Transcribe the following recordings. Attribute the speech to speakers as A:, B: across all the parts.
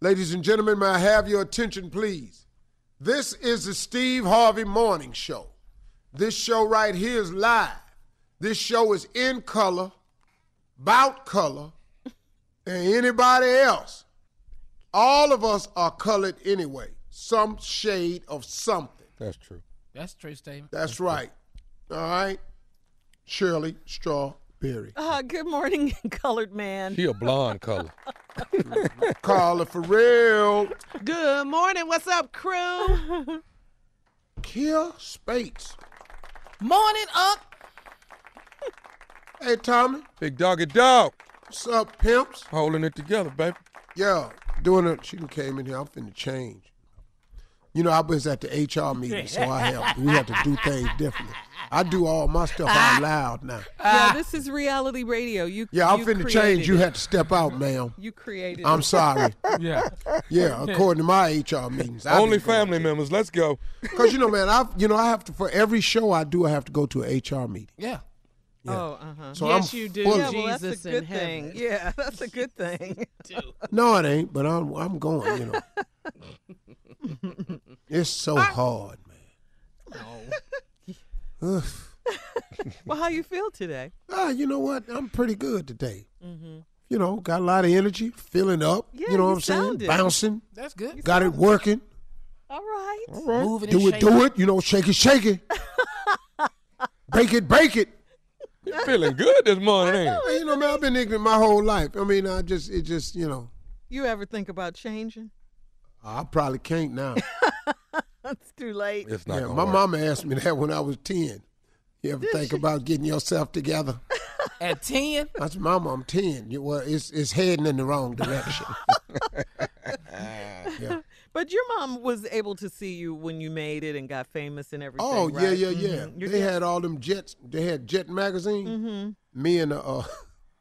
A: Ladies and gentlemen, may I have your attention, please? This is the Steve Harvey Morning Show. This show right here is live. This show is in color, about color, and anybody else. All of us are colored anyway, some shade of something.
B: That's true.
C: That's a true statement.
A: That's right. All right? Shirley Strawberry.
D: Uh, good morning, colored man.
B: She a blonde color.
A: Carla Farrell.
D: Good morning. What's up, crew?
A: Kill Spates.
D: morning, up.
A: Hey, Tommy.
B: Big doggy dog.
A: What's up, pimps?
B: Holding it together, baby.
A: Yeah, doing it. She done came in here. I'm finna change. You know, I was at the HR meeting, so I have we have to do things differently. I do all my stuff out loud now.
D: Yeah, this is reality radio. You
A: Yeah, I'm
D: you
A: finna
D: created
A: change. You
D: it.
A: had to step out, ma'am.
D: you created.
A: I'm
D: it.
A: sorry.
B: Yeah.
A: Yeah, according to my HR meetings. I've
B: Only
A: been going-
B: family members. Let's go.
A: Cause you know, man, I've you know I have to for every show I do, I have to go to an HR meeting.
C: Yeah.
D: Oh, uh huh.
A: So
D: yes,
A: I'm
D: you do.
A: full
D: Yeah,
A: of-
D: well, that's
E: Jesus
D: a
E: in
D: good
E: heaven.
D: thing. Yeah, that's a good thing.
A: No, it ain't, but I'm I'm going. You know, it's so hard, man. No.
D: well, how you feel today?
A: ah, you know what? I'm pretty good today. You know, got a lot of energy, filling up.
D: Yeah,
A: you know what
D: you
A: I'm
D: sounded.
A: saying? Bouncing,
C: That's good.
A: got it working.
D: All right.
C: Moving
A: Do
C: and
A: it, do it. You know, shake it, shake it. bake it, bake it.
B: You feeling good this morning, ain't
A: Well, you know, man, I've been ignorant my whole life. I mean, I just, it just, you know,
D: You ever think about changing?
A: I probably can't now.
D: It's too late.
B: it? It's not
A: yeah,
B: gonna
A: my
B: work.
A: mama asked me that when I was 10. You ever think about getting yourself together?
C: At 10,
A: I said, Mama, I'm 10. You, well, it's, it's heading in the wrong direction.
D: But your mom was able to see you when you made it and got famous and everything.
A: oh, yeah,
D: right?
A: yeah, yeah.
D: Mhm. You're
A: They
D: good.
A: had all them jets. They had Jet Magazine. Me and, uh,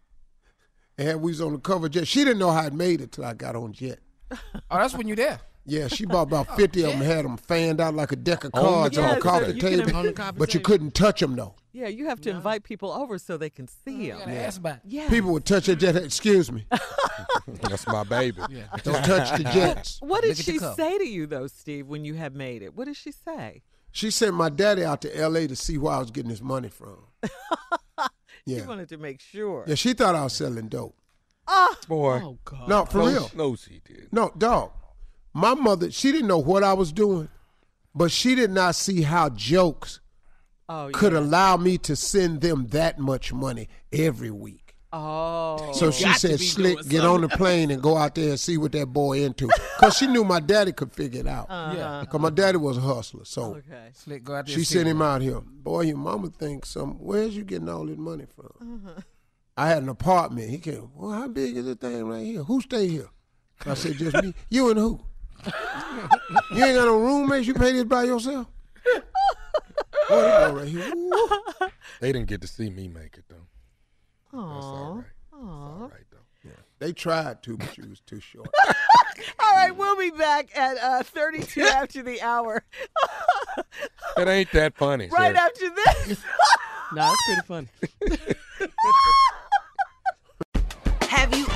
A: and we was on the cover of Jet. She didn't know how I made it till I got on Jet.
C: oh, that's when you there.
A: Yeah, she bought about 50 of them, had them fanned out like a deck of
B: On the
A: cards on the
B: carpet.
A: coffee
B: You
D: can-
A: table.
D: on the carpet
A: but you
D: table.
A: couldn't touch them, though.
D: Yeah, you have to invite people over so they can see them.
C: Yeah. Ask about it.
D: Yeah.
A: People would touch it, just, excuse me.
B: That's my baby.
A: Don't touch the Jets.
D: What did
C: Look at the
D: she
C: cover.
D: say to you though, Steve, when you had made it? What did she say?
A: She sent my daddy out to L.A. to see where I was getting this money from.
D: She
A: Yeah.
D: wanted to make sure.
A: Yeah, she thought I was selling dope.
B: Boy.
C: Oh God.
A: No, for
B: No,
A: real.
B: No, she did.
A: No, dog. My mother, she didn't know what I was doing, but she did not see how jokes
D: Oh,
A: could allow me to send them that much money every week.
D: Oh.
A: So she said, Slick, get on the plane and go out there and see what that boy into. Because she knew my daddy could figure it out.
C: Yeah.
A: Because my daddy was a hustler. So
D: Uh-huh. Okay.
C: Slick, go out there.
A: she
C: and see
A: sent him
C: what-
A: out here. Boy, your mama thinks some. Where's you getting all this money from?
D: Uh-huh.
A: I had an apartment. He came. Well, how big is this thing right here? Who stay here? I said, just me. you and who? you ain't got no roommates. You pay this by yourself. Boy, you go right here. Ooh.
B: They didn't get to see me make it, though. That's all right. That's all right, though.
A: They tried to, but you was too short.
D: All right, we'll be back at uh, 32 after the hour.
B: It ain't that funny.
D: Right
B: sir.
D: after this.
C: No, that's pretty funny.
F: Have you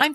G: I'm